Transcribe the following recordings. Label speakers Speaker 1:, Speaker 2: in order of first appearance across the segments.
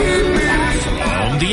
Speaker 1: From the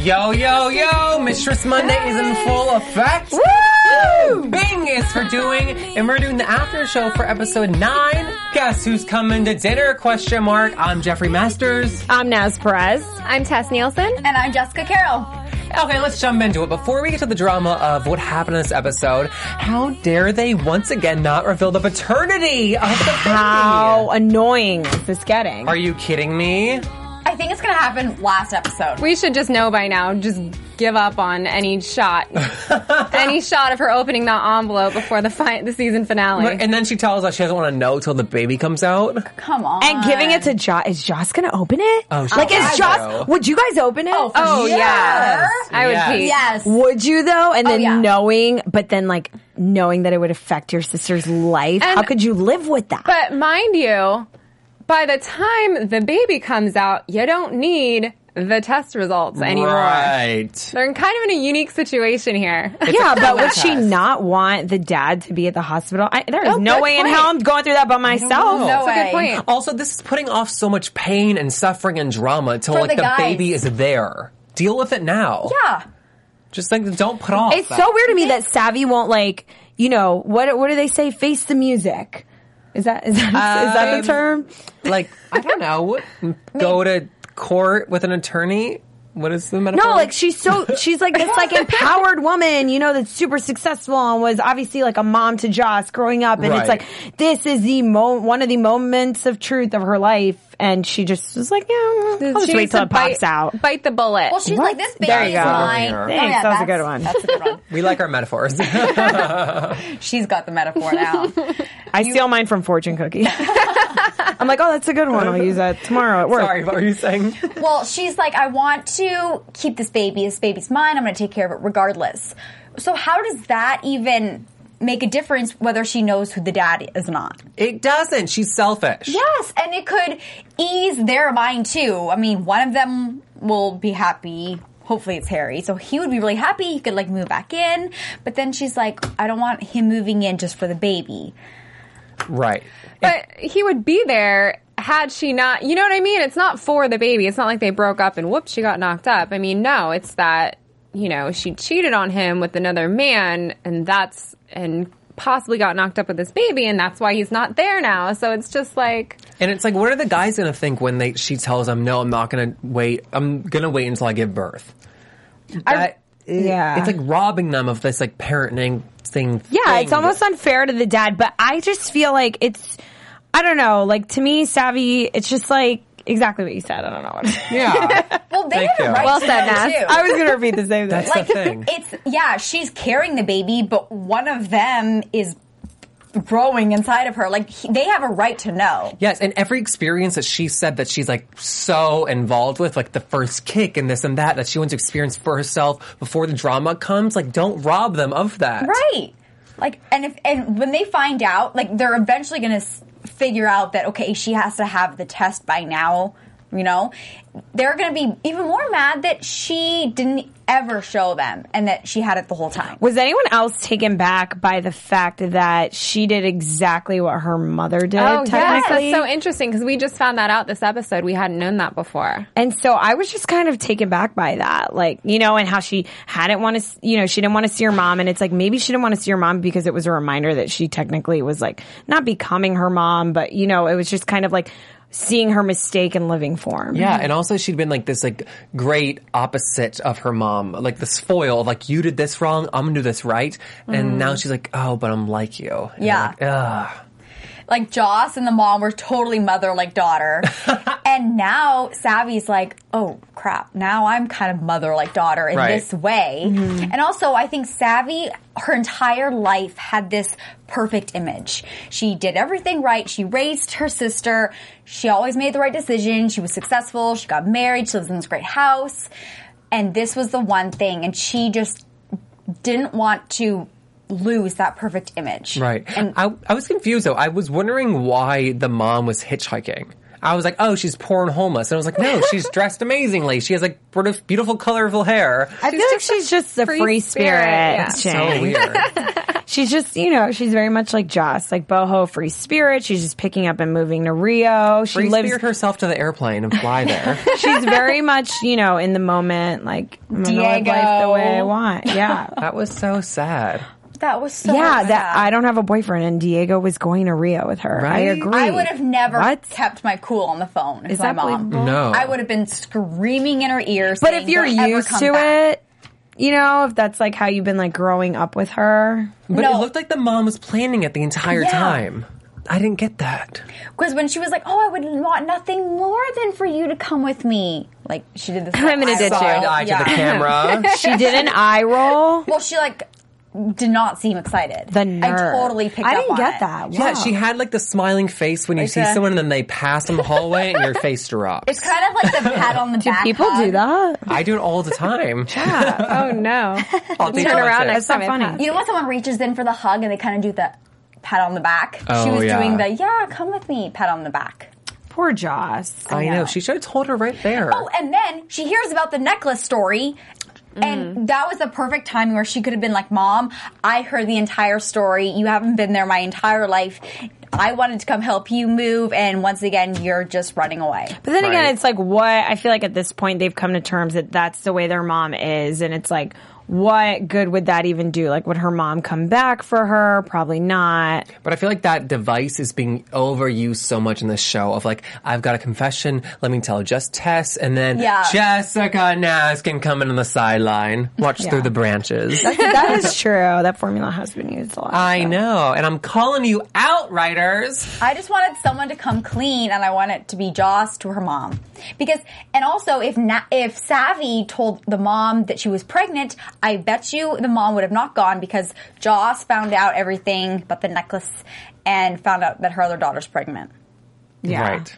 Speaker 2: Yo, yo, yo! Mistress Monday is in full effect.
Speaker 3: Woo!
Speaker 2: Bing is for doing, and we're doing the after show for episode nine. Guess who's coming to dinner? Question mark. I'm Jeffrey Masters.
Speaker 3: I'm Naz Perez.
Speaker 4: I'm Tess Nielsen.
Speaker 3: And I'm Jessica Carroll.
Speaker 2: Okay, let's jump into it. Before we get to the drama of what happened in this episode, how dare they once again not reveal the paternity of the baby?
Speaker 3: How annoying is this getting?
Speaker 2: Are you kidding me?
Speaker 5: I think it's gonna happen last episode.
Speaker 4: We should just know by now. Just give up on any shot, any shot of her opening that envelope before the fi- the season finale.
Speaker 2: And then she tells us she doesn't want to know till the baby comes out.
Speaker 5: Come on.
Speaker 3: and giving it to Joss. Is Joss gonna open it?
Speaker 2: Oh, she
Speaker 3: like
Speaker 2: has
Speaker 3: is
Speaker 2: to.
Speaker 3: Joss? Would you guys open it?
Speaker 5: Oh, for
Speaker 4: oh
Speaker 5: sure.
Speaker 4: yeah, I would
Speaker 2: Yes.
Speaker 4: pee.
Speaker 5: Yes.
Speaker 3: Would you though?
Speaker 4: Oh,
Speaker 3: And then
Speaker 5: yeah.
Speaker 3: knowing, but then like knowing that it would affect your sister's life.
Speaker 4: And-
Speaker 3: How could you live with that?
Speaker 4: But mind you, by the time the baby comes out, you don't need the test results anymore.
Speaker 2: Right.
Speaker 4: They're in kind of in a unique situation here.
Speaker 3: yeah, but would
Speaker 2: test.
Speaker 3: she not want the dad to be at the hospital? I, there is
Speaker 4: Oh,
Speaker 3: no
Speaker 4: good
Speaker 3: way in
Speaker 4: point.
Speaker 3: hell I'm going through that by myself.
Speaker 2: know.
Speaker 5: No
Speaker 4: That's a
Speaker 5: way.
Speaker 4: good point.
Speaker 2: Also, this is putting off so much pain and suffering and drama until
Speaker 5: For
Speaker 2: like the,
Speaker 5: the guys.
Speaker 2: baby is there. Deal with it now.
Speaker 5: Yeah.
Speaker 2: Just like don't put off.
Speaker 3: It's
Speaker 2: that.
Speaker 3: so weird to me that Savvy won't like, you know, what what do they say? Face the music. Is that is that, is that
Speaker 2: Um,
Speaker 3: the term?
Speaker 2: like I don't know. Go to court with an attorney. What is the metaphor?
Speaker 3: No, like she's so she's like this like empowered woman, you know, that's super successful and was obviously like a mom to Joss growing up, and
Speaker 2: Right.
Speaker 3: it's like this is the mo- one of the moments of truth of her life, and she just was like, yeah, I'll just
Speaker 4: She
Speaker 3: wait
Speaker 4: needs
Speaker 3: till
Speaker 4: to
Speaker 3: it pops
Speaker 4: bite,
Speaker 3: out.
Speaker 4: Bite the bullet.
Speaker 5: Well, she's
Speaker 3: What?
Speaker 5: like this baby
Speaker 3: There you
Speaker 5: is
Speaker 3: go.
Speaker 5: mine.
Speaker 2: Over
Speaker 5: Oh,
Speaker 2: here.
Speaker 3: Thanks, that was a
Speaker 5: that's-
Speaker 3: good one.
Speaker 5: That's a good one.
Speaker 2: we like our metaphors.
Speaker 5: She's got the metaphor now.
Speaker 3: I steal mine from fortune cookie. I'm like, oh, that's a good one. I'll use that tomorrow at work.
Speaker 2: Sorry, what were you saying?
Speaker 5: well, she's like, I want to keep this baby. This baby's mine. I'm gonna take care of it regardless. So how does that even make a difference whether she knows who the dad is or not?
Speaker 2: It doesn't. She's selfish.
Speaker 5: Yes, and it could ease their mind too. I mean, one of them will be happy. Hopefully, it's Harry. So he would be really happy. He could like move back in. But then she's like, I don't want him moving in just for the baby.
Speaker 2: Right.
Speaker 4: But he would be there had she not. You know what I mean? It's not for the baby. It's not like they broke up and whoops, she got knocked up. I mean, no, it's that you know she cheated on him with another man, and that's and possibly got knocked up with this baby, and that's why he's not there now. So it's just like
Speaker 2: And it's like, what are the guys gonna think when they she tells them, no, I'm not gonna wait. I'm gonna wait until I give birth. That-
Speaker 3: yeah.
Speaker 2: It's like robbing them of this like parenting thing.
Speaker 3: Yeah,
Speaker 2: thing.
Speaker 3: it's almost unfair to the dad, but I just feel like it's, I don't know, like to me, Savvy, it's just like exactly what you said. I don't know. What
Speaker 2: yeah.
Speaker 5: Well, they
Speaker 2: Thank
Speaker 5: have
Speaker 2: you.
Speaker 5: a right
Speaker 2: Well
Speaker 5: to
Speaker 4: said,
Speaker 5: know,
Speaker 4: Naz.
Speaker 5: too.
Speaker 3: I was going to repeat the same thing.
Speaker 2: That's
Speaker 5: like
Speaker 2: the thing.
Speaker 5: it's yeah, she's carrying the baby, but one of them is growing inside of her. Like he, they have a right to know.
Speaker 2: Yes, and every experience that she said that she's like so involved with, like the first kick and this and that, that she wants to experience for herself before the drama comes, like don't rob them of that.
Speaker 5: Right. Like and if and when they find out, like they're eventually going to s- figure out that okay, she has to have the test by now, you know? They're going to be even more mad that she didn't ever show them and that she had it the whole time.
Speaker 3: Was anyone else taken back by the fact that she did exactly what her mother did,
Speaker 4: that's
Speaker 3: technically?
Speaker 4: Oh, so interesting because we just found that out this episode. We hadn't known that before.
Speaker 3: and so I was just kind of taken back by that, like, you know, and how she hadn't want to, you know, she didn't want to see her mom. And it's like, maybe she didn't want to see her mom because it was a reminder that she technically was like not becoming her mom, but, you know, it was just kind of like seeing her mistake in living form.
Speaker 2: Yeah, and also she'd been like this like great opposite of her mom, like this foil of like you did this wrong, I'm gonna do this right, and now she's like, oh, but I'm like you. And you're
Speaker 5: Mm-hmm. Yeah.
Speaker 2: like, Ugh.
Speaker 5: Like Joss and the mom were totally mother like daughter. and then now Savvy's like, oh crap, now I'm kind of mother like daughter in
Speaker 2: Right. Mm-hmm.
Speaker 5: this way. And also, I think Savvy, her entire life had this perfect image. She did everything right. She raised her sister. She always made the right decision. She was successful. She got married. She lives in this great house. And this was the one thing. And she just didn't want to lose that perfect image.
Speaker 2: Right.
Speaker 5: And
Speaker 2: I, I was confused though. I was wondering why the mom was hitchhiking. I was like, oh, she's poor and homeless. And I was like, no, she's dressed amazingly. She has like sort of beautiful, colorful hair.
Speaker 3: I feel like she's just a free, spirit.
Speaker 2: So
Speaker 3: Shane.
Speaker 2: weird.
Speaker 3: She's just, you know, she's very much like Joss, like boho free spirit. She's just picking up and moving to Rio. She
Speaker 2: Free
Speaker 3: lives.
Speaker 2: spirit herself to the airplane and fly there.
Speaker 3: She's very much, you know, in the moment, like I'm gonna live
Speaker 5: Diego.
Speaker 3: life the way I want. Yeah.
Speaker 2: that was so sad.
Speaker 5: that was so
Speaker 3: Yeah,
Speaker 5: sad.
Speaker 3: that I don't have a boyfriend, and Diego was going to Rio with her. I
Speaker 2: Right?
Speaker 3: agree.
Speaker 5: I would have never
Speaker 3: What?
Speaker 5: kept my cool on the phone. Is my
Speaker 3: that
Speaker 5: mom?
Speaker 3: believable?
Speaker 2: No.
Speaker 5: I would have been screaming in her ears.
Speaker 3: But if you're used to it, you know, if that's like how you've been like growing up with her,
Speaker 2: But it
Speaker 5: No.
Speaker 2: looked like the mom was planning it the entire
Speaker 5: Yeah.
Speaker 2: time. I didn't get that.
Speaker 5: because when she was like, "Oh, I would want nothing more than for you to come with me," like she did this.
Speaker 3: I'm gonna
Speaker 5: I-
Speaker 3: ditch you.
Speaker 2: Side eye to the camera.
Speaker 3: she did an eye roll.
Speaker 5: Well, she like did not seem excited.
Speaker 3: The nerve.
Speaker 5: I totally picked.
Speaker 3: I
Speaker 5: up
Speaker 3: didn't
Speaker 5: on
Speaker 3: get
Speaker 5: it.
Speaker 3: that. Wow.
Speaker 2: Yeah, she had like the smiling face when you see
Speaker 5: the-
Speaker 2: someone and then they pass in the hallway and your face drops.
Speaker 5: It's kind of like the pat on the back.
Speaker 3: People
Speaker 5: hug.
Speaker 3: do that.
Speaker 2: I do it all the time.
Speaker 4: oh no.
Speaker 2: I'll think
Speaker 4: Turn
Speaker 2: about
Speaker 4: around
Speaker 2: it.
Speaker 4: next time.
Speaker 3: not
Speaker 4: I
Speaker 3: funny.
Speaker 4: pass.
Speaker 5: You know when someone reaches in for the hug and they kind of do the pat on the back. she
Speaker 2: Oh,
Speaker 5: was
Speaker 2: yeah.
Speaker 5: doing the yeah, come with me, pat on the back.
Speaker 3: Poor Joss.
Speaker 2: I know.
Speaker 5: know.
Speaker 2: She should have told her right there.
Speaker 5: Oh, and then she hears about the necklace story. And that was the perfect timing where she could have been like, Mom, I heard the entire story. You haven't been there my entire life. I wanted to come help you move. And once again, you're just running away.
Speaker 3: But then
Speaker 2: Right.
Speaker 3: again, it's like what I feel like at this point they've come to terms that that's the way their mom is, and it's like what good would that even do? Like, would her mom come back for her? Probably not.
Speaker 2: But I feel like that device is being overused so much in this show of like, I've got a confession, let me tell just Tess, and then
Speaker 5: Yeah.
Speaker 2: Jessica Nass can come in on the sideline, watch through the branches.
Speaker 3: that is true. That formula has been used a lot.
Speaker 2: I know, and I'm calling you out, writers.
Speaker 5: I just wanted someone to come clean, and I want it to be Joss to her mom, because and also if na- if Savvy told the mom that she was pregnant, I bet you the mom would have not gone because Joss found out everything but the necklace, and found out that her other daughter's pregnant.
Speaker 3: Yeah.
Speaker 2: Right.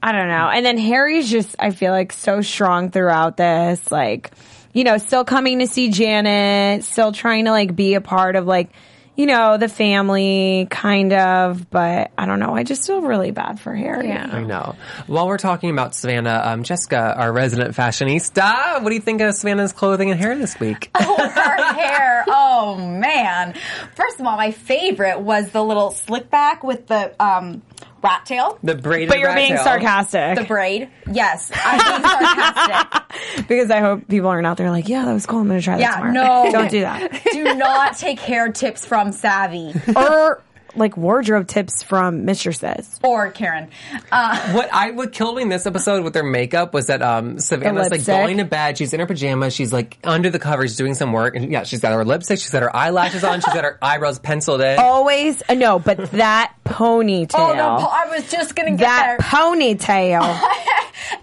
Speaker 3: I don't know. And then Harry's just, I feel like, so strong throughout this. Like, you know, still coming to see Janet, still trying to, like, be a part of, like, you know, the family, kind of. But I don't know. I just feel really bad for Harry.
Speaker 4: Yeah.
Speaker 2: I know. While we're talking about Savannah, um, Jessica, our resident fashionista, what do you think of Savannah's clothing and hair this week?
Speaker 5: Oh. her hair. Oh man! First of all, my favorite was the little slick back with the um, rat tail,
Speaker 2: The braided
Speaker 3: But you're
Speaker 2: rat
Speaker 3: being
Speaker 2: tail.
Speaker 3: sarcastic.
Speaker 5: the braid. Yes, I'm being sarcastic.
Speaker 3: because I hope people aren't out there like, yeah, that was cool. I'm going to try that
Speaker 5: Yeah,
Speaker 3: tomorrow.
Speaker 5: no.
Speaker 3: Don't do that.
Speaker 5: Do not take hair tips from Savvy
Speaker 3: or, like, wardrobe tips from mistresses.
Speaker 5: or Karen. Uh,
Speaker 2: What I what killed me in this episode with their makeup was that um Savannah's like
Speaker 3: lipstick.
Speaker 2: going to bed. She's in her pajamas. She's like under the covers doing some work, and yeah, she's got her lipstick. She's got her eyelashes on. She's got her eyebrows penciled in.
Speaker 3: Always, uh, no, but that ponytail.
Speaker 5: oh no, po- I was just gonna get
Speaker 3: that
Speaker 5: that,
Speaker 3: ponytail.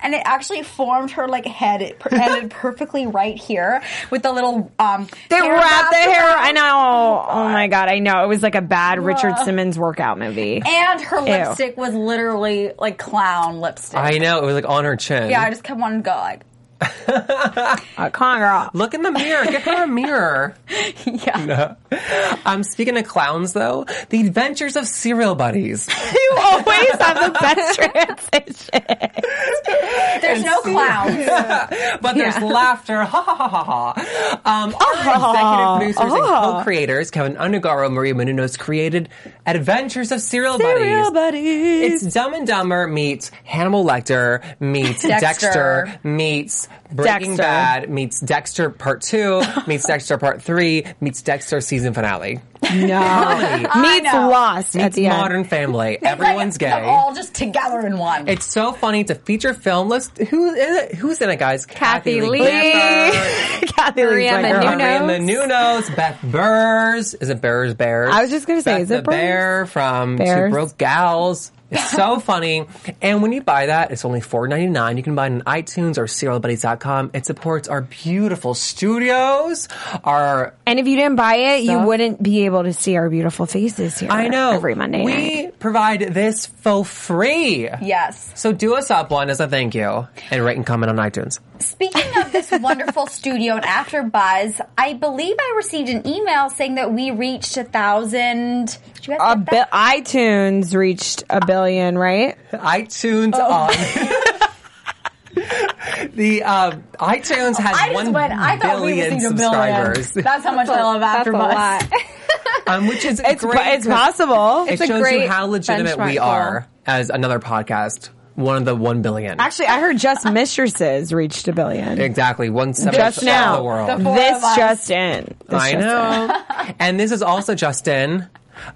Speaker 5: and it actually formed her like head. It per- ended perfectly right here with the little um.
Speaker 3: They
Speaker 5: hair
Speaker 3: wrap the
Speaker 5: wrap
Speaker 3: hair.
Speaker 5: around.
Speaker 3: I know. Oh my god, I know. It was like a bad Richard Simmons workout movie.
Speaker 5: And her lipstick was literally like clown lipstick.
Speaker 2: I know it was like on her chin.
Speaker 5: yeah, I just kept wanting to go like.
Speaker 3: Uh, con girl.
Speaker 2: Look in the mirror. Get her a mirror.
Speaker 5: Yeah.
Speaker 2: Um, speaking of clowns, though, the Adventures of Serial Buddies.
Speaker 3: You always have the best transition.
Speaker 5: There's no clowns.
Speaker 2: but there's laughter. Ha ha ha ha ha. Um, our executive producers and co-creators, Kevin Undergaro, Maria Menounos, created Adventures of Serial,
Speaker 3: Serial Buddies.
Speaker 2: It's Dumb and Dumber meets Hannibal Lecter meets Dexter,
Speaker 5: Dexter.
Speaker 2: meets Breaking
Speaker 3: Dexter.
Speaker 2: Bad meets Dexter Part Two meets Dexter Part Three meets Dexter Season Finale.
Speaker 3: No. Meets
Speaker 5: know.
Speaker 3: lost at
Speaker 2: Meets
Speaker 3: the end.
Speaker 2: Modern Family. Everyone's
Speaker 5: Like, They're
Speaker 2: gay.
Speaker 5: all just together in one.
Speaker 2: It's so funny to feature film. Let's who who's in it, guys?
Speaker 4: Kathy Lee.
Speaker 2: Gifford,
Speaker 3: Kathy Lee's
Speaker 4: Maria
Speaker 3: like, girl.
Speaker 4: Menounos.
Speaker 2: Maria Menounos, Beth Burrs. Is it Burrs? Bears?
Speaker 3: I was just gonna say,
Speaker 2: Beth
Speaker 3: is it
Speaker 2: the Bear from Two
Speaker 3: Bears?
Speaker 2: Broke Gals. It's so funny. And when you buy that, it's only four ninety nine. You can buy it on iTunes or serialbuddies.com. It supports our beautiful studios, our
Speaker 3: And if you didn't buy it, you wouldn't be able to see our beautiful faces here.
Speaker 2: I know
Speaker 3: every Monday
Speaker 2: We
Speaker 3: night.
Speaker 2: provide this for free.
Speaker 5: Yes.
Speaker 2: So do us up one as a thank you and rate and comment on iTunes.
Speaker 5: Speaking of this wonderful studio and After Buzz, I believe I received an email saying that we reached a thousand. Did you guys
Speaker 3: A
Speaker 5: get
Speaker 3: bi-
Speaker 5: that?
Speaker 3: iTunes reached a billion, right?
Speaker 2: iTunes on. the um, iTunes has
Speaker 5: I just
Speaker 2: one
Speaker 5: went. I thought we
Speaker 2: billion
Speaker 5: received a billion.
Speaker 2: subscribers,
Speaker 5: That's how much I love
Speaker 4: That's
Speaker 5: After
Speaker 4: a
Speaker 5: Buzz.
Speaker 4: lot.
Speaker 2: um, which is
Speaker 3: It's
Speaker 2: great.
Speaker 3: po- it's
Speaker 2: 'cause
Speaker 3: possible.
Speaker 2: It
Speaker 4: a
Speaker 2: shows you
Speaker 4: great
Speaker 2: how legitimate we
Speaker 4: benchmark
Speaker 2: are as another podcast, one of the one billion.
Speaker 3: Actually, I heard Just Mistresses reached a billion.
Speaker 2: exactly one seventh
Speaker 3: Just
Speaker 2: of
Speaker 3: now,
Speaker 2: the world.
Speaker 5: The four of
Speaker 3: this
Speaker 5: us.
Speaker 3: just in. This
Speaker 2: I
Speaker 3: just in.
Speaker 2: know. and this is also Justin.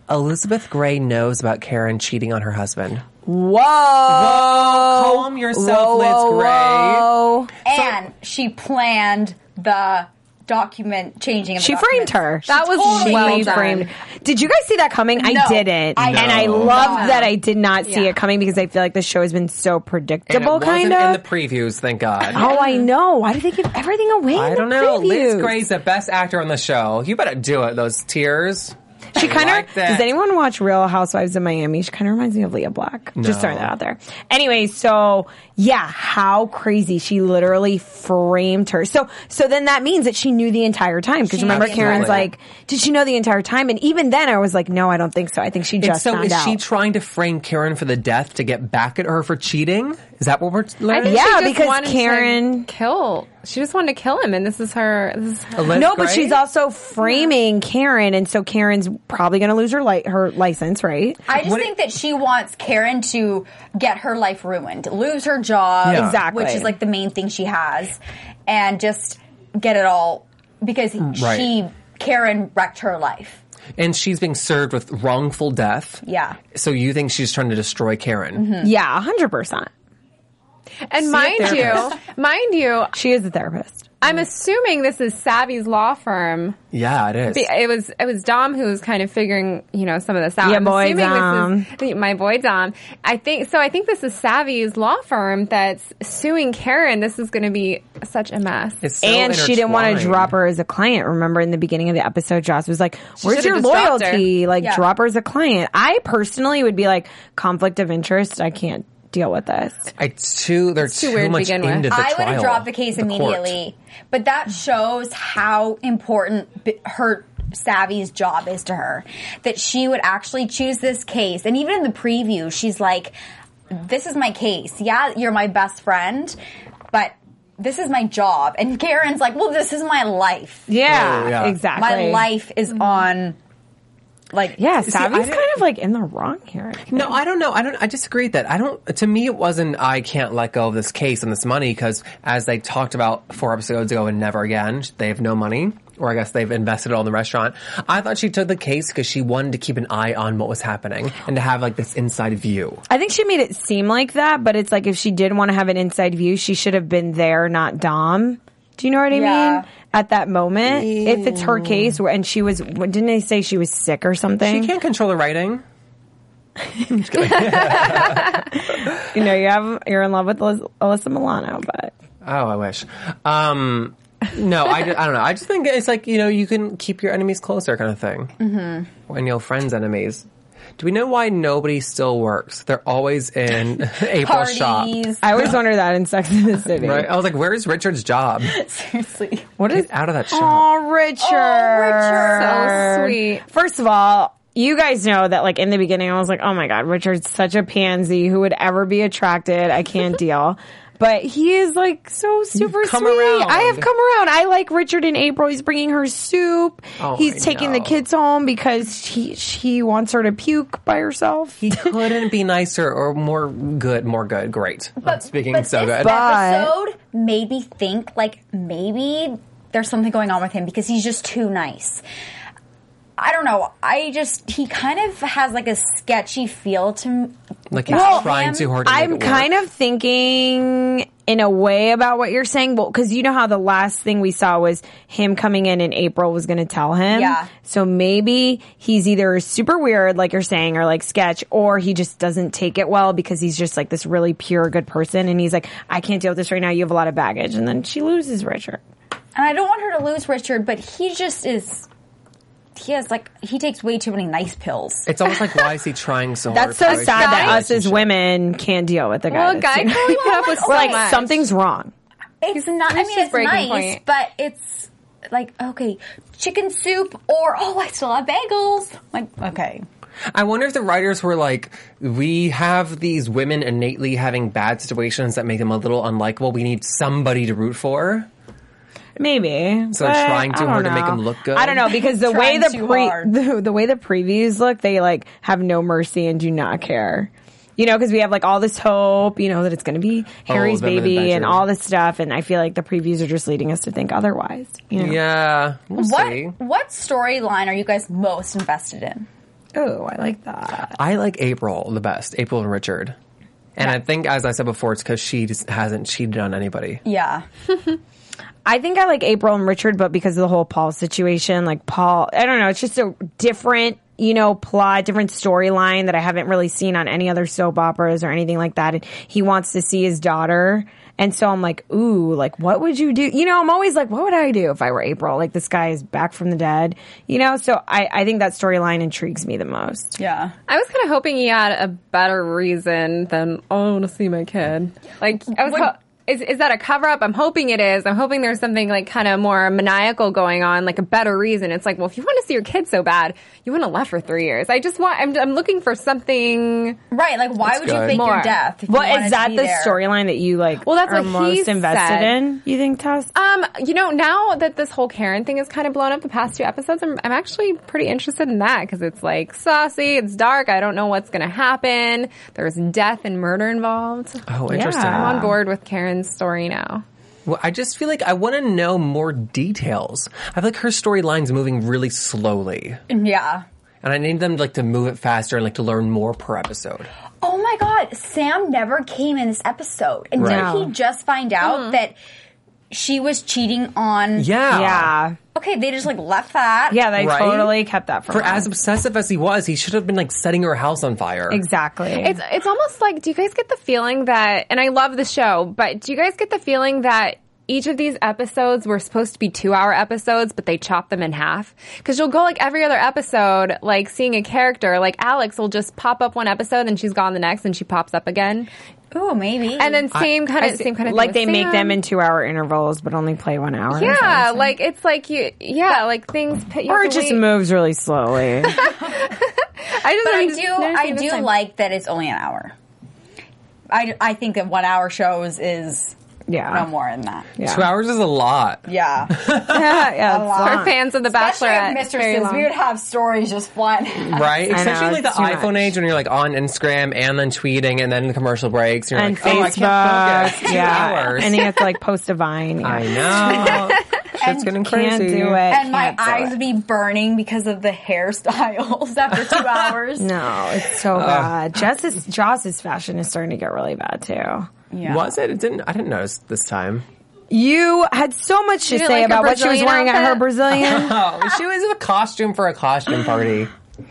Speaker 2: Elizabeth Gray knows about Karen cheating on her husband.
Speaker 3: Whoa!
Speaker 2: calm yourself, Liz Gray.
Speaker 3: Oh, whoa.
Speaker 5: And she planned the document changing. Of the
Speaker 3: She framed
Speaker 5: documents.
Speaker 3: her.
Speaker 4: That was
Speaker 5: Totally
Speaker 4: well
Speaker 3: she
Speaker 4: done.
Speaker 3: framed. Did you guys see that coming? I
Speaker 5: No,
Speaker 3: didn't,
Speaker 5: I
Speaker 3: and I
Speaker 2: No.
Speaker 3: love
Speaker 5: No.
Speaker 3: that I did not see
Speaker 4: Yeah.
Speaker 3: it coming because I feel like the show has been so
Speaker 2: And it
Speaker 3: predictable,
Speaker 2: wasn't
Speaker 3: kind of.
Speaker 2: in the previews, thank God.
Speaker 3: oh, I know. Why do they give everything away?
Speaker 2: I
Speaker 3: in
Speaker 2: don't
Speaker 3: the
Speaker 2: know. Liz
Speaker 3: previews?
Speaker 2: Gray's the best actor on the show. You better do it. Those tears.
Speaker 3: She kind
Speaker 2: like
Speaker 3: of
Speaker 2: that.
Speaker 3: does. Anyone watch Real Housewives of Miami? She kind of reminds me of Leah Black. Just throwing that out there. Anyway, so yeah, how crazy! She literally framed her. So so then that means that she knew the entire time because
Speaker 5: She knew
Speaker 3: remember
Speaker 5: the
Speaker 3: Karen's
Speaker 2: entire-
Speaker 3: like, did she know the entire time? And even then, I was like, no, I don't think so. I think she
Speaker 2: And
Speaker 3: just
Speaker 2: so
Speaker 3: found
Speaker 2: is
Speaker 3: out.
Speaker 2: she trying to frame Karen for the death to get back at her for cheating? Is that what we're
Speaker 4: I
Speaker 2: learning?
Speaker 4: think she
Speaker 3: Yeah,
Speaker 4: just
Speaker 3: because
Speaker 4: wanted to
Speaker 3: Karen-
Speaker 4: kill. She just wanted to kill him, and this is her. This is her.
Speaker 2: Liz
Speaker 3: no, but
Speaker 2: Gray?
Speaker 3: she's also framing Karen, and so Karen's probably going to lose her li- her license, right?
Speaker 5: I just
Speaker 2: What-
Speaker 5: think that she wants Karen to get her life ruined, lose her job,
Speaker 2: Yeah.
Speaker 3: Exactly.
Speaker 5: which is like the main thing she has, and just get it all because she
Speaker 2: Right.
Speaker 5: Karen wrecked her life.
Speaker 2: and she's being served with wrongful death.
Speaker 5: Yeah.
Speaker 2: So you think she's trying to destroy Karen?
Speaker 3: Yeah, hundred percent.
Speaker 4: And mind you, mind you,
Speaker 3: She is a therapist.
Speaker 4: I'm assuming this is Savvy's law firm.
Speaker 2: Yeah, it is.
Speaker 4: It was it was Dom who was kind of figuring you know some of this out.
Speaker 3: Yeah,
Speaker 4: I'm
Speaker 3: boy,
Speaker 4: assuming
Speaker 3: Dom.
Speaker 4: This is, my boy Dom. I think so. I think this is Savvy's law firm that's suing Karen. This is going to be such a mess.
Speaker 2: It's so
Speaker 3: and she didn't want to
Speaker 2: intertwined.
Speaker 3: drop her as a client. Remember in the beginning of the episode, Joss was like, "Where's
Speaker 4: should've
Speaker 3: your
Speaker 4: just dropped her."
Speaker 3: loyalty? Like,
Speaker 5: Yeah.
Speaker 3: drop her as a client." I personally would be like, "Conflict of interest. I can't deal with this."
Speaker 2: It's too. They're too,
Speaker 4: too weird to
Speaker 2: much
Speaker 4: begin with.
Speaker 2: into the
Speaker 5: I would
Speaker 2: trial,
Speaker 5: have dropped the case
Speaker 2: court.
Speaker 5: immediately, but that shows how important b- her Savvy's job is to her. That she would actually choose this case, and even in the preview, she's like, "This is my case. Yeah, you're my best friend, but." This is my job. And Karen's like, well, this is my life.
Speaker 3: Yeah,
Speaker 2: Oh, yeah.
Speaker 3: exactly. Mm-hmm.
Speaker 5: My life is on, like,
Speaker 3: Yeah,
Speaker 2: I
Speaker 3: Savvy's
Speaker 2: didn't-
Speaker 3: kind of like in the wrong here.
Speaker 2: No, I don't know. I don't. I disagree with that. I don't. To me, it wasn't. I can't let go of this case and this money because, as they talked about four episodes ago, and never again, they have no money, or I guess they've invested all in the restaurant. I thought she took the case because she wanted to keep an eye on what was happening and to have like this inside view.
Speaker 3: I think she made it seem like that, but it's like if she did want to have an inside view, she should have been there, not Dom. Do you know what I
Speaker 5: Yeah.
Speaker 3: mean? At that moment, if it's her case, and she was, didn't they say she was sick or something?
Speaker 2: She can't control the writing.
Speaker 3: You know, you have you're in love with Liz, Alyssa Milano, but
Speaker 2: Oh, I wish. Um, no, I, ju- I don't know. I just think it's like, you know, you can keep your enemies closer kind of thing. Mm-hmm. And your friends' enemies. Do we know why nobody still works? They're always in April's shop.
Speaker 5: parties.
Speaker 3: I always wonder that in Sex in the City.
Speaker 2: Right? I was like, where's Richard's job?
Speaker 5: Seriously.
Speaker 2: What is out of that shop?
Speaker 3: Oh, Richard.
Speaker 5: Oh,
Speaker 4: Richard. So sweet.
Speaker 3: First of all, you guys know that like in the beginning I was like, "Oh my god, Richard's such a pansy who would ever be attracted. I can't deal." But he is like so super
Speaker 2: come
Speaker 3: sweet.
Speaker 2: around.
Speaker 3: I have come around. I like Richard in April. He's bringing her soup.
Speaker 2: Oh,
Speaker 3: He's
Speaker 2: I
Speaker 3: taking
Speaker 2: know.
Speaker 3: the kids home because he he wants her to puke by herself.
Speaker 2: He couldn't be nicer or more good, more good, great. I'm speaking
Speaker 5: but
Speaker 2: so
Speaker 5: this
Speaker 2: good.
Speaker 5: episode made me think like maybe there's something going on with him because he's just too nice. I don't know. I just he kind of has like a sketchy feel to m-
Speaker 2: like he's
Speaker 5: Well,
Speaker 2: trying
Speaker 5: him-
Speaker 2: too hard to make
Speaker 3: I'm
Speaker 2: it work.
Speaker 3: kind of thinking in a way about what you're saying. Well, because you know how the last thing we saw was him coming in and April was going to tell him.
Speaker 5: Yeah.
Speaker 3: So maybe he's either super weird, like you're saying, or like sketch, or he just doesn't take it well because he's just like this really pure good person. And he's like, I can't deal with this right now. You have a lot of baggage. And then she loses Richard.
Speaker 5: And I don't want her to lose Richard, but he just is. He has like he takes way too many nice pills.
Speaker 2: It's almost like why is he trying so hard?
Speaker 3: That's so
Speaker 2: for
Speaker 3: sad
Speaker 2: a
Speaker 3: that
Speaker 2: guy?
Speaker 3: us as women can't deal with the guy.
Speaker 4: Well, a
Speaker 3: that's-
Speaker 4: guy can only put up with so
Speaker 3: We're like,
Speaker 4: much.
Speaker 3: something's wrong.
Speaker 5: It's not. I
Speaker 4: that's
Speaker 5: mean,
Speaker 4: his
Speaker 5: it's nice,
Speaker 4: breaking point.
Speaker 5: but it's like okay, chicken soup or oh, I still have bagels. Like okay,
Speaker 2: I wonder if the writers were like, we have these women innately having bad situations that make them a little unlikable. We need somebody to root for.
Speaker 3: Maybe.
Speaker 2: So
Speaker 3: but
Speaker 2: trying too
Speaker 3: I don't
Speaker 2: hard to make
Speaker 3: know.
Speaker 2: 'em look good?
Speaker 3: I don't know because the way
Speaker 5: Trying
Speaker 3: the
Speaker 5: too
Speaker 3: pre
Speaker 5: hard.
Speaker 3: the, the way the previews look, they like have no mercy and do not care. You know, because we have like all this hope, you know, that it's going to be Harry's
Speaker 2: Oh, them in the
Speaker 3: baby and
Speaker 2: bedroom.
Speaker 3: all this stuff, and I feel like the previews are just leading us to think otherwise. You know?
Speaker 2: Yeah. We'll
Speaker 5: what
Speaker 2: see.
Speaker 5: what storyline are you guys most invested in?
Speaker 3: Oh, I like that.
Speaker 2: I like April the best, April and Richard. And I think, as I said before, it's because she just hasn't cheated on anybody.
Speaker 5: Yeah,
Speaker 3: I think I like April and Richard, but because of the whole Paul situation, like Paul, I don't know, it's just a different, you know, plot, different storyline that I haven't really seen on any other soap operas or anything like that. And he wants to see his daughter. And so I'm like, ooh, like what would you do? You know, I'm always like, what would I do if I were April? Like this guy is back from the dead, you know? So I, I think that storyline intrigues me the most.
Speaker 5: yeah.
Speaker 4: I was kind of hoping he had a better reason than oh, I want to see my kid. Like I was, ho- is is that a cover up? I'm hoping it is. I'm hoping there's something like kind of more maniacal going on, like a better reason. It's like, well, if you want to see your kid so bad, you wouldn't have left for three years. I just want. I'm, I'm looking for something.
Speaker 5: Right, like why would you
Speaker 2: good.
Speaker 5: fake your
Speaker 4: More.
Speaker 5: death? if you
Speaker 3: What
Speaker 5: wanted
Speaker 3: is
Speaker 5: to
Speaker 3: that
Speaker 5: be
Speaker 3: the
Speaker 5: there?
Speaker 3: storyline that you like
Speaker 4: Well, that's
Speaker 3: are
Speaker 4: what he
Speaker 3: most invested
Speaker 4: said.
Speaker 3: in, you think, Tess?
Speaker 4: Um, you know, now that this whole Karen thing is kind of blown up the past two episodes, I'm, I'm actually pretty interested in that because it's like saucy, it's dark, I don't know what's going to happen. There's death and murder involved.
Speaker 2: Oh, interesting.
Speaker 4: I'm on board with Karen's story now.
Speaker 2: Well, I just feel like I want to know more details. I feel like her storyline's moving really slowly,
Speaker 5: Yeah.
Speaker 2: and I need them like to move it faster and like to learn more per episode.
Speaker 5: Oh my god, Sam never came in this episode. And
Speaker 2: Right.
Speaker 5: did he just find out that she was cheating on
Speaker 2: Yeah,
Speaker 3: Yeah.
Speaker 5: Okay, they just like left that.
Speaker 3: Yeah, they
Speaker 2: Right?
Speaker 3: totally kept that from
Speaker 2: For
Speaker 3: us.
Speaker 2: as obsessive as he was, he should have been like setting her house on fire.
Speaker 3: Exactly.
Speaker 4: It's it's almost like do you guys get the feeling that and I love the show, but do you guys get the feeling that each of these episodes were supposed to be two hour episodes, but they chopped them in half? Because you'll go like every other episode, like seeing a character, like Alex will just pop up one episode and she's gone the next and she pops up again.
Speaker 5: Ooh, maybe.
Speaker 4: And then same kind of same kind of
Speaker 3: like they make them in two hour intervals, but only play one hour. Is that what
Speaker 4: Yeah,
Speaker 3: you're
Speaker 4: like it's like you yeah, like things you
Speaker 3: saying? or
Speaker 4: have
Speaker 3: it
Speaker 4: to
Speaker 3: just
Speaker 4: wait.
Speaker 3: moves really slowly.
Speaker 4: I just
Speaker 5: but I
Speaker 4: I'm
Speaker 5: do
Speaker 4: just
Speaker 5: I
Speaker 4: noticing this
Speaker 5: do
Speaker 4: time.
Speaker 5: like that it's only an hour. I, I think that one hour shows is
Speaker 3: yeah,
Speaker 5: no more than that.
Speaker 3: Yeah,
Speaker 2: Two hours is a lot.
Speaker 5: Yeah.
Speaker 3: yeah, it's
Speaker 4: for fans of the
Speaker 5: Especially
Speaker 4: Bachelorette.
Speaker 5: if
Speaker 4: Very
Speaker 5: mistresses,
Speaker 4: long.
Speaker 5: we would have stories just flying.
Speaker 2: Right,
Speaker 3: know,
Speaker 2: especially like the
Speaker 3: it's too
Speaker 2: iPhone
Speaker 3: much.
Speaker 2: age when you're like on Instagram and then tweeting and then the commercial breaks. And you're like,
Speaker 3: and
Speaker 2: oh, I
Speaker 3: Facebook.
Speaker 2: can't focus. Two
Speaker 3: yeah,
Speaker 2: hours.
Speaker 3: and you have to like post a vine. Yeah.
Speaker 2: I know. Shit's getting crazy.
Speaker 3: can't do it.
Speaker 5: And my
Speaker 3: can't do
Speaker 5: eyes
Speaker 3: it.
Speaker 5: would be burning because of the hairstyles after two hours.
Speaker 3: No, it's so bad. Jess's Joss's fashion is starting to get really bad too.
Speaker 5: Yeah.
Speaker 2: Was it? It didn't. I didn't notice this time.
Speaker 3: You had so much to
Speaker 4: didn't
Speaker 3: say
Speaker 4: like her
Speaker 3: about what she was
Speaker 4: Brazilian
Speaker 3: wearing at her
Speaker 4: outfit?
Speaker 3: Brazilian.
Speaker 2: Oh, she was in a costume for a costume party.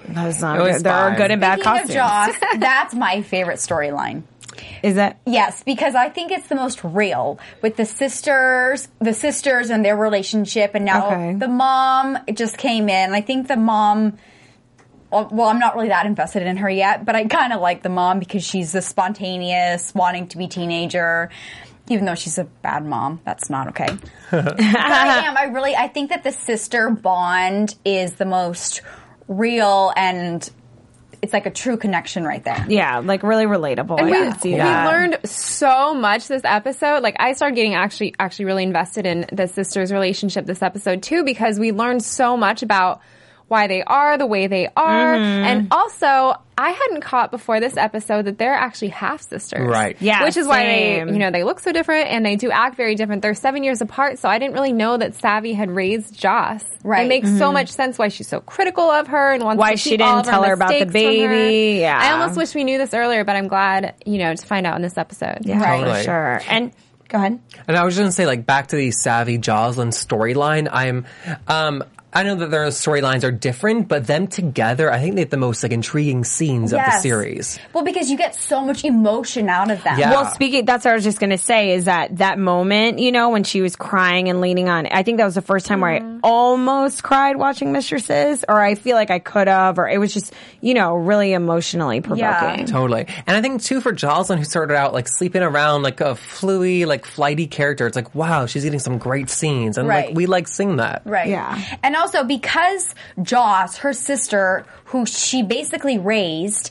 Speaker 3: that was not
Speaker 2: It was
Speaker 3: good. There are
Speaker 2: fine.
Speaker 3: good and bad
Speaker 5: Speaking of
Speaker 3: costumes.
Speaker 5: Joss, that's my favorite storyline.
Speaker 3: Is that
Speaker 5: Yes, because I think it's the most real with the sisters, the sisters and their relationship, and now
Speaker 3: Okay.
Speaker 5: the mom just came in. I think the mom. Well, well, I'm not really that invested in her yet, but I kind of like the mom because she's the spontaneous, wanting to be teenager. Even though she's a bad mom, that's not okay. but I am. I really. I think that the sister bond is the most real, and it's like a true connection right there.
Speaker 3: yeah? Like really relatable. I
Speaker 4: And
Speaker 3: can
Speaker 4: we,
Speaker 3: see
Speaker 4: we
Speaker 3: that.
Speaker 4: learned so much this episode. Like I started getting actually actually really invested in the sisters' relationship this episode too because we learned so much about why they are the way they are, and also I hadn't caught before this episode that they're actually half sisters,
Speaker 2: Right.
Speaker 3: Yeah,
Speaker 4: which is why they
Speaker 3: same.
Speaker 4: you know they look so different and they do act very different. They're seven years apart, so I didn't really know that Savvy had raised Joss.
Speaker 5: Right.
Speaker 4: it makes so much sense why she's so critical of her and wants
Speaker 3: Why
Speaker 4: to
Speaker 3: she
Speaker 4: keep
Speaker 3: didn't
Speaker 4: all of
Speaker 3: tell her about the
Speaker 4: mistakes from her.
Speaker 3: baby, yeah.
Speaker 4: I almost wish we knew this earlier, but I'm glad, you know, to find out in this episode.
Speaker 3: Yeah,
Speaker 2: Totally.
Speaker 3: for sure. And Go ahead.
Speaker 2: And I was just gonna say, like, back to the Savvy Joslin storyline. I'm, um, I know that their storylines are different, but them together, I think they have the most like intriguing scenes of the
Speaker 5: Yes.
Speaker 2: series.
Speaker 5: Well, because you get so much emotion out of them.
Speaker 2: Yeah.
Speaker 3: Well, speaking, that's what I was just going to say is that that moment, you know, when she was crying and leaning on, I think that was the first time where I almost cried watching Mistresses, or I feel like I could have, or it was just, you know, really emotionally provoking.
Speaker 2: Totally. And I think too for Jocelyn, who started out like sleeping around like a fluey, like flighty character, it's like, wow, she's getting some great scenes. And
Speaker 5: Right.
Speaker 2: like, we like seeing that.
Speaker 5: Right.
Speaker 3: Yeah.
Speaker 5: And also because Joss, her sister, who she basically raised,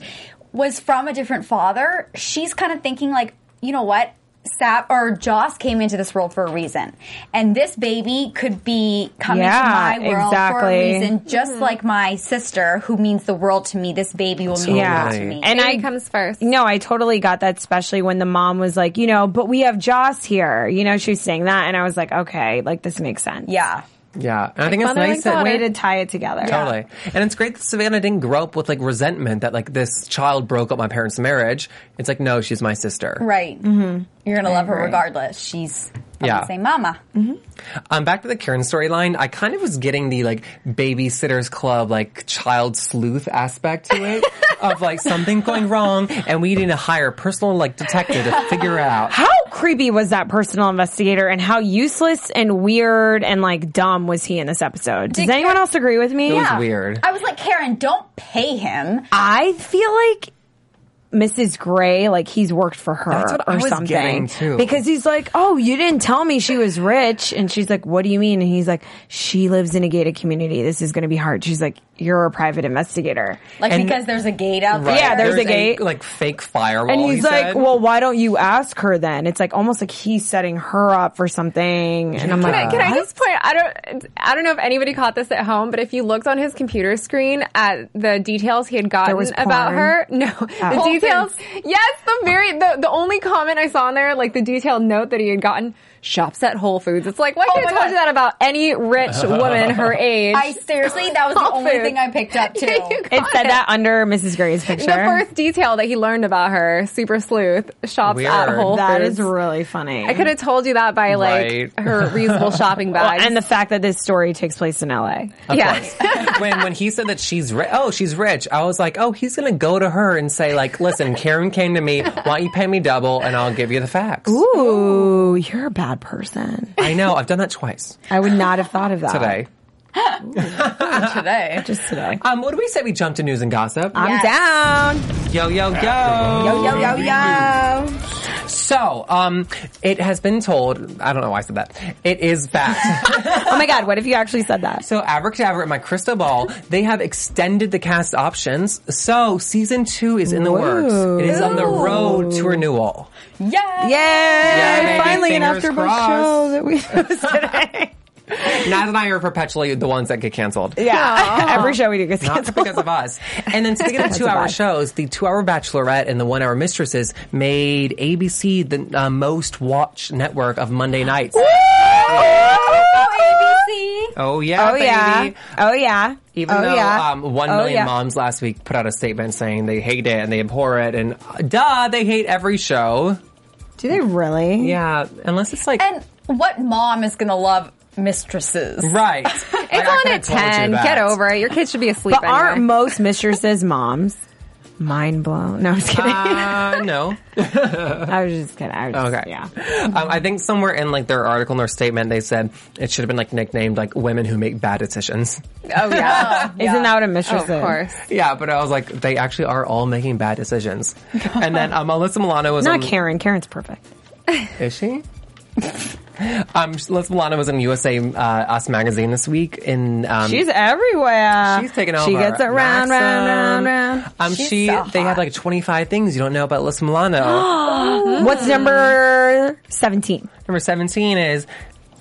Speaker 5: was from a different father, she's kind of thinking like, you know what? Sap or Joss came into this world for a reason. And this baby could be coming
Speaker 3: Yeah,
Speaker 5: to my world for
Speaker 3: exactly.
Speaker 5: a reason, just
Speaker 3: Mm-hmm.
Speaker 5: like my sister, who means the world to me. This baby will mean the
Speaker 3: Yeah.
Speaker 5: world to me.
Speaker 3: And I
Speaker 4: Baby comes first.
Speaker 3: No, I totally got that, especially when the mom was like, you know, but we have Joss here. You know, she was saying that, and I was like, okay, like this makes sense.
Speaker 5: yeah.
Speaker 2: Yeah. And I think it's
Speaker 4: mother,
Speaker 2: nice
Speaker 4: like
Speaker 2: that
Speaker 3: Way to
Speaker 4: daughter.
Speaker 3: tie it together.
Speaker 2: Totally. And it's great that Savannah didn't grow up with like resentment that like this child broke up my parents' marriage. It's like, no, she's my sister.
Speaker 5: Right. Mm-hmm. You're gonna love her
Speaker 3: agree.
Speaker 5: regardless. She's from
Speaker 2: Yeah.
Speaker 5: the same mama.
Speaker 2: Um, back to the Karen storyline, I kind of was getting the like babysitters club, like child sleuth aspect to it of like something going wrong and we need to hire a personal like detective to figure it out.
Speaker 3: How creepy was that personal investigator, and how useless and weird and like dumb was he in this episode? Does
Speaker 5: Did-
Speaker 3: anyone else agree with me?
Speaker 2: was weird.
Speaker 5: I was like, Karen, don't pay him.
Speaker 3: I feel like Mrs. Gray, like he's worked for her
Speaker 2: That's what I
Speaker 3: or
Speaker 2: was
Speaker 3: something.
Speaker 2: getting, too.
Speaker 3: Because he's like, "Oh, you didn't tell me she was rich," and she's like, "What do you mean?" And he's like, "She lives in a gated community. This is going to be hard." She's like, "You're a private investigator."
Speaker 5: Like
Speaker 2: And-
Speaker 5: because there's a gate out there.
Speaker 2: Right.
Speaker 3: Yeah, there's a gate.
Speaker 2: like fake firewall.
Speaker 3: and he's
Speaker 2: he
Speaker 3: like,
Speaker 2: said.
Speaker 3: "Well, why don't you ask her then?" It's like almost like he's setting her up for something. And I'm
Speaker 2: Yeah.
Speaker 3: like,
Speaker 2: Can
Speaker 4: Can I
Speaker 3: "What?"
Speaker 4: just point? I don't. I don't know if anybody caught this at home, but if you looked on his computer screen at the details he had gotten
Speaker 3: was
Speaker 4: about
Speaker 3: porn?
Speaker 4: her, no, the
Speaker 3: Oh.
Speaker 4: details. Yes, the very the, the only comment I saw in there, like the detailed note that he had gotten, shops at Whole Foods. It's like why can't I
Speaker 5: Oh my
Speaker 4: tell you
Speaker 5: God.
Speaker 4: that about any rich woman her age?
Speaker 5: I seriously, that was the
Speaker 4: Whole
Speaker 5: only
Speaker 4: Foods.
Speaker 5: thing I picked up too.
Speaker 4: Yeah, you got
Speaker 3: it said that under Mrs. Gray's picture.
Speaker 4: The first detail that he learned about her, super sleuth, shops at
Speaker 2: Weird.
Speaker 4: Whole
Speaker 3: that
Speaker 4: Foods.
Speaker 3: is really funny.
Speaker 4: I could have told you that by like
Speaker 2: Right.
Speaker 4: her reasonable shopping bag
Speaker 3: and the fact that this story takes place in LA.
Speaker 4: yes.
Speaker 2: when when he said that she's ri- oh she's rich, I was like, oh, he's gonna go to her and say like, listen, Karen came to me. Why don't you pay me double and I'll give you the facts?
Speaker 3: Ooh, you're a bad person.
Speaker 2: I know, I've done that twice
Speaker 3: I would not have thought of that
Speaker 2: today.
Speaker 5: today.
Speaker 3: Just today.
Speaker 2: Um, what do we say? We jump to news and gossip.
Speaker 3: I'm down.
Speaker 2: yo yo yo.
Speaker 5: Yo yo yo yo.
Speaker 2: So, um, it has been told. I don't know why I said that. It is back.
Speaker 3: Oh my god, what if you actually said that?
Speaker 2: So Abracadabra and my crystal ball, they have extended the cast options. So season two is in the works. It is on the road to renewal.
Speaker 5: Yeah.
Speaker 3: Yay!
Speaker 2: maybe.
Speaker 3: Finally an
Speaker 2: Fingers
Speaker 3: afterbus
Speaker 2: crossed.
Speaker 3: show that we host today.
Speaker 2: Nat and I are perpetually the ones that get canceled.
Speaker 3: yeah. Every show we do gets
Speaker 2: Not
Speaker 3: canceled.
Speaker 2: because of us. And then speaking of
Speaker 3: That's
Speaker 2: two
Speaker 3: a
Speaker 2: hour
Speaker 3: vibe.
Speaker 2: shows, the two hour Bachelorette and the one hour Mistresses made ABC the uh, most watched network of Monday nights.
Speaker 5: ABC.
Speaker 2: Oh yeah,
Speaker 3: Oh yeah.
Speaker 2: baby.
Speaker 3: Oh yeah.
Speaker 2: Even
Speaker 3: oh,
Speaker 2: though
Speaker 3: yeah.
Speaker 2: um, one
Speaker 3: Oh,
Speaker 2: million
Speaker 3: yeah.
Speaker 2: moms last week put out a statement saying they hate it and they abhor it, and uh, duh, they hate every show.
Speaker 3: Do they really?
Speaker 2: Yeah, unless it's like
Speaker 5: And what mom is gonna love mistresses?
Speaker 2: right.
Speaker 4: It's on at 10. Get over it. Your kids should be asleep.
Speaker 3: But aren't
Speaker 4: anyway.
Speaker 3: most mistresses moms? Mind blown. No, I'm just kidding.
Speaker 2: Uh, no.
Speaker 3: I was just kidding. I was just,
Speaker 2: Okay.
Speaker 3: Yeah.
Speaker 2: Um, I think somewhere in like their article in their statement, they said it should have been like nicknamed like women who make bad decisions.
Speaker 4: Oh, yeah. Oh,
Speaker 3: Isn't that what a mistress
Speaker 4: of
Speaker 3: is?
Speaker 4: course.
Speaker 2: Yeah, but I was like, they actually are all making bad decisions. and then um, Alyssa Milano was on,
Speaker 3: Not Karen. Karen's perfect.
Speaker 2: Is she? um, Alyssa Milano was in USA uh, Us magazine this week. In um,
Speaker 3: She's everywhere.
Speaker 2: She's taking over.
Speaker 3: She gets it round, round, round, round.
Speaker 2: Maxim. Um,
Speaker 5: She's
Speaker 2: she
Speaker 5: so
Speaker 2: they had
Speaker 5: hot.
Speaker 2: like twenty five things you don't know about Alyssa Milano.
Speaker 3: What's number 17?
Speaker 2: Number seventeen is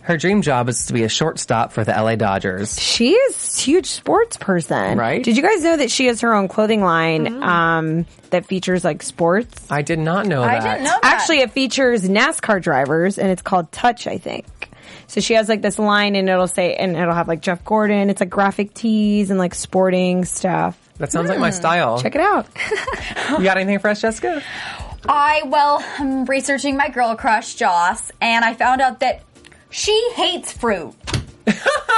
Speaker 2: her dream job is to be a shortstop for the LA Dodgers.
Speaker 3: She is a huge sports person.
Speaker 2: Right.
Speaker 3: Did you guys know that she has her own clothing line
Speaker 4: Mm-hmm.
Speaker 3: um, that features like sports?
Speaker 2: I did not know
Speaker 5: I
Speaker 2: that.
Speaker 5: didn't know that.
Speaker 3: Actually, it features NASCAR drivers and it's called Touch, I think. So she has like this line and it'll say, and it'll have like Jeff Gordon. It's like graphic tees and like sporting stuff.
Speaker 5: Hmm.
Speaker 2: That sounds like my style.
Speaker 3: Check it out.
Speaker 2: You got anything for us, Jessica?
Speaker 5: I well, I'm researching my girl crush Joss, and I found out that she hates fruit.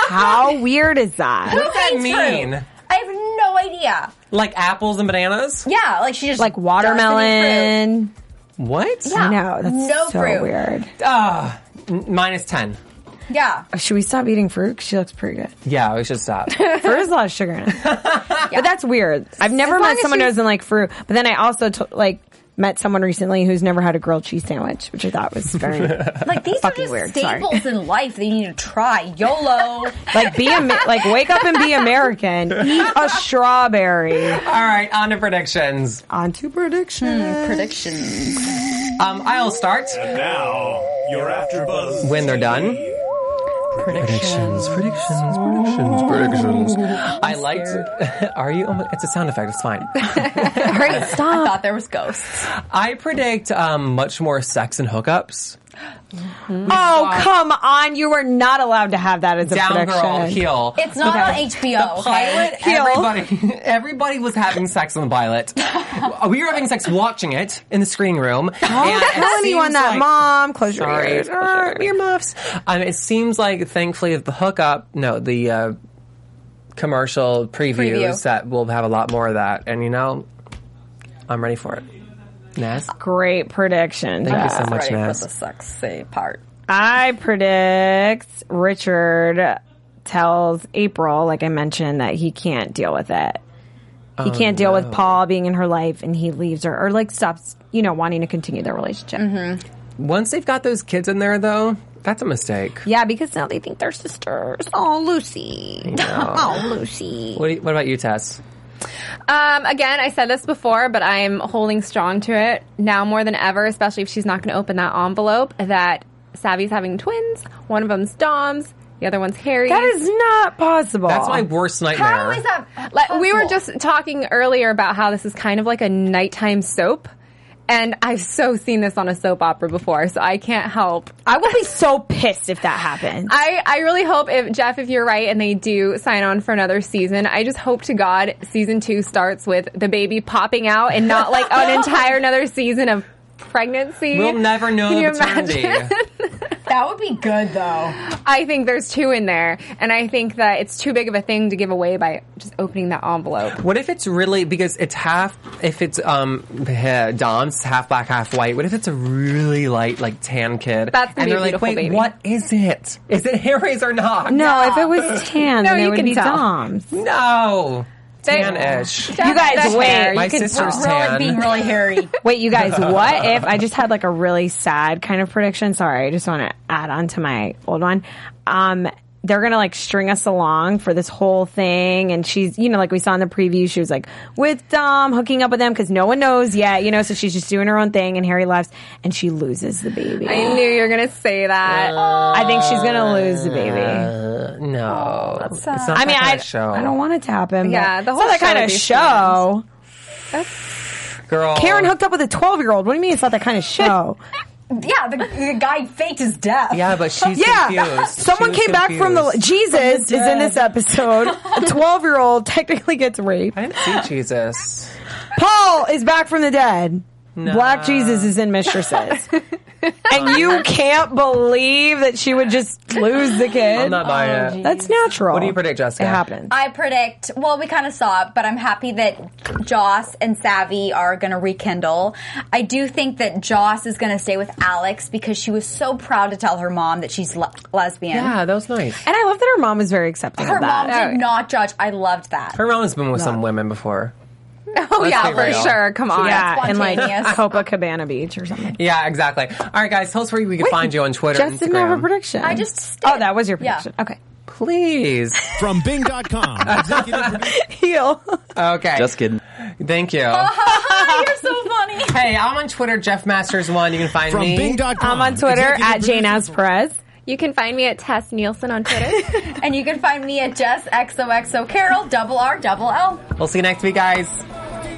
Speaker 3: How weird is that?
Speaker 5: Who hates
Speaker 2: mean?
Speaker 5: fruit? I have no idea.
Speaker 2: Like apples and bananas?
Speaker 5: Yeah, like she just
Speaker 3: Like
Speaker 5: doesn't eat fruit.
Speaker 3: watermelon.
Speaker 2: What?
Speaker 5: Yeah.
Speaker 3: I know that's
Speaker 5: No
Speaker 3: so
Speaker 5: fruit.
Speaker 3: weird.
Speaker 2: Ah, n- minus 10.
Speaker 5: Yeah,
Speaker 3: Should we stop eating fruit? 'Cause She looks pretty good.
Speaker 2: Yeah, we should stop.
Speaker 3: Fruit has a lot of sugar in it, but that's weird. I've never
Speaker 4: As long
Speaker 3: met
Speaker 4: as
Speaker 3: someone who
Speaker 4: you-
Speaker 3: doesn't like fruit. But then I also t- like met someone recently who's never had a grilled cheese sandwich, which I thought was very
Speaker 5: like these are
Speaker 3: Fucking
Speaker 5: just
Speaker 3: weird, sorry.
Speaker 5: staples in life that you need to try. YOLO.
Speaker 3: like be Am- like wake up and be American. Eat a strawberry.
Speaker 2: All right, on to predictions.
Speaker 3: On to prediction.
Speaker 5: Predictions.
Speaker 2: Um, I'll start
Speaker 6: Now, you're after Buzz.
Speaker 2: when they're done. Predictions, predictions, predictions, predictions. I liked. Are you? oh my- It's a sound effect. It's fine.
Speaker 5: Great, stop. I thought there was ghosts.
Speaker 2: I predict um, much more sex and hookups.
Speaker 3: Oh come on! You were not allowed to have that as a
Speaker 2: Down
Speaker 3: prediction.
Speaker 2: girl, heel.
Speaker 5: It's not on HBO.
Speaker 2: Pilot.
Speaker 5: okay?
Speaker 3: Heel.
Speaker 2: Everybody, everybody was having sex on the pilot. we were having sex watching it in the screening room. Don't
Speaker 3: Tell anyone that, mom. Close your
Speaker 2: Sorry,
Speaker 3: ears.
Speaker 2: er, earmuffs. Um, it seems like, thankfully, the hookup, no, the uh, commercial previews
Speaker 5: Preview.
Speaker 2: that we'll have a lot more of that. And you know, I'm ready for it. Ness,
Speaker 3: Great prediction.
Speaker 2: thank you
Speaker 3: Jess.
Speaker 2: so much,
Speaker 5: Ready for the
Speaker 2: Ness.
Speaker 5: sexy part.
Speaker 3: I predict Richard tells April, like I mentioned, that he can't deal with it. He can't deal with Paul being in her life, and he leaves her, or like stops, you know, wanting to continue their relationship.
Speaker 2: Once they've got those kids in there, though, that's a mistake.
Speaker 3: Yeah, because now they think they're sisters. Oh, Lucy. Oh, Lucy.
Speaker 2: What, do you- what about you, Tess?
Speaker 4: Um, again, I said this before, but I'm holding strong to it now more than ever, especially if she's not going to open that envelope. That Savvy's having twins. One of them's Dom's, the other one's Harry.
Speaker 3: That is not possible.
Speaker 2: That's my worst nightmare.
Speaker 5: How is that?
Speaker 4: Like, we were
Speaker 5: possible?
Speaker 4: just talking earlier about how this is kind of like a nighttime soap. And I've so seen this on a soap opera before, so I can't help.
Speaker 3: I would be so pissed if that happened.
Speaker 4: I, I really hope if Jeff, if you're right and they do sign on for another season, I just hope to God season two starts with the baby popping out and not like an entire another season of pregnancy.
Speaker 2: We'll never know
Speaker 4: Can
Speaker 2: the
Speaker 4: you
Speaker 2: paternity.
Speaker 4: imagine?
Speaker 5: That would be good though.
Speaker 4: I think there's two in there, and I think that it's too big of a thing to give away by just opening that envelope.
Speaker 2: What if it's really because it's half? If it's um eh, Dom's half black, half white. What if it's a really light, like tan kid?
Speaker 4: That's gonna
Speaker 2: and
Speaker 4: be a
Speaker 2: they're like,
Speaker 4: beautiful
Speaker 2: wait,
Speaker 4: baby."
Speaker 2: what is it? Is it Harry's or not?
Speaker 3: no, if it was tan,
Speaker 4: No,
Speaker 3: then it
Speaker 4: you
Speaker 3: would
Speaker 4: can
Speaker 3: be
Speaker 4: tell.
Speaker 3: Dom's. You
Speaker 2: no, tan-ish.
Speaker 3: guys,
Speaker 4: That's
Speaker 3: wait.
Speaker 4: fair.
Speaker 2: My
Speaker 4: You can
Speaker 2: sister's
Speaker 4: tell.
Speaker 5: Really
Speaker 2: tan.
Speaker 5: being really hairy.
Speaker 3: Wait, you guys, what if I just had like a really sad kind of prediction? Sorry, I just want to add on to my old one. Um, they're gonna like string us along for this whole thing, and she's, you know, like we saw in the preview, she was like with Dom hooking up with them because no one knows yet, you know. So she's just doing her own thing, and Harry left, and she loses the baby. I,
Speaker 4: I knew you were gonna say that.
Speaker 3: think she's gonna lose the baby.
Speaker 2: no, it's not
Speaker 3: Oh, I mean,
Speaker 2: that kind
Speaker 3: I,
Speaker 2: of show.
Speaker 3: I don't want it to happen.
Speaker 4: Yeah,
Speaker 3: but
Speaker 4: the
Speaker 3: it's
Speaker 4: whole
Speaker 3: not that
Speaker 4: show
Speaker 3: kind
Speaker 4: would
Speaker 3: of show.
Speaker 4: be
Speaker 2: Girl,
Speaker 3: Karen hooked up with a twelve-year-old. What do you mean it's not that kind of show?
Speaker 5: yeah, the, the guy faked his death.
Speaker 2: Yeah, but she's
Speaker 3: Yeah,
Speaker 2: confused.
Speaker 3: someone
Speaker 2: She was
Speaker 3: came back from the
Speaker 2: confused.
Speaker 3: Jesus is in this episode. A twelve-year-old technically gets raped.
Speaker 2: I didn't see Jesus.
Speaker 3: Paul is back from the dead. Black Jesus is in mistresses, and you can't believe that she would just lose the kid.
Speaker 2: I'm not buying it.
Speaker 3: That's natural.
Speaker 2: What do you predict, Jessica?
Speaker 3: It happens.
Speaker 5: I predict. Well, we kind of saw it, but I'm happy that Joss and Savvy are going to rekindle. I do think that Joss is going to stay with Alex because she was so proud to tell her mom that she's le- lesbian.
Speaker 2: Yeah, that was nice.
Speaker 3: and I love that her mom is very accepting
Speaker 5: Her
Speaker 3: of that.
Speaker 5: mom did not judge. I loved that.
Speaker 2: Her mom has been with some women before.
Speaker 4: Oh yeah,
Speaker 2: be
Speaker 4: for
Speaker 2: real.
Speaker 4: sure. Come on.
Speaker 3: yeah, and like
Speaker 5: spontaneous.
Speaker 3: Copacabana Beach or something.
Speaker 2: Yeah, exactly. All right, guys, tell us where we can find you on Twitter. and
Speaker 3: Jess didn't have
Speaker 2: Instagram.
Speaker 3: a prediction.
Speaker 5: I just
Speaker 3: oh,
Speaker 5: did.
Speaker 3: that was your
Speaker 5: Yeah.
Speaker 3: prediction. Okay,
Speaker 2: Please.
Speaker 1: From Bing.com, executive producer
Speaker 3: heel.
Speaker 2: Okay.
Speaker 7: Just kidding.
Speaker 2: Thank you.
Speaker 5: You're so funny.
Speaker 2: hey, I'm on Twitter, Jeff Masters One. You can find
Speaker 1: from
Speaker 2: me.
Speaker 1: Bing.com.
Speaker 3: I'm on Twitter
Speaker 1: executive
Speaker 3: at Jane
Speaker 1: producer-
Speaker 3: As Perez.
Speaker 4: You can find me at Tess Nielsen on Twitter.
Speaker 5: and you can find me at Jess XOXO Carol double R double L.
Speaker 2: We'll see you next week, guys.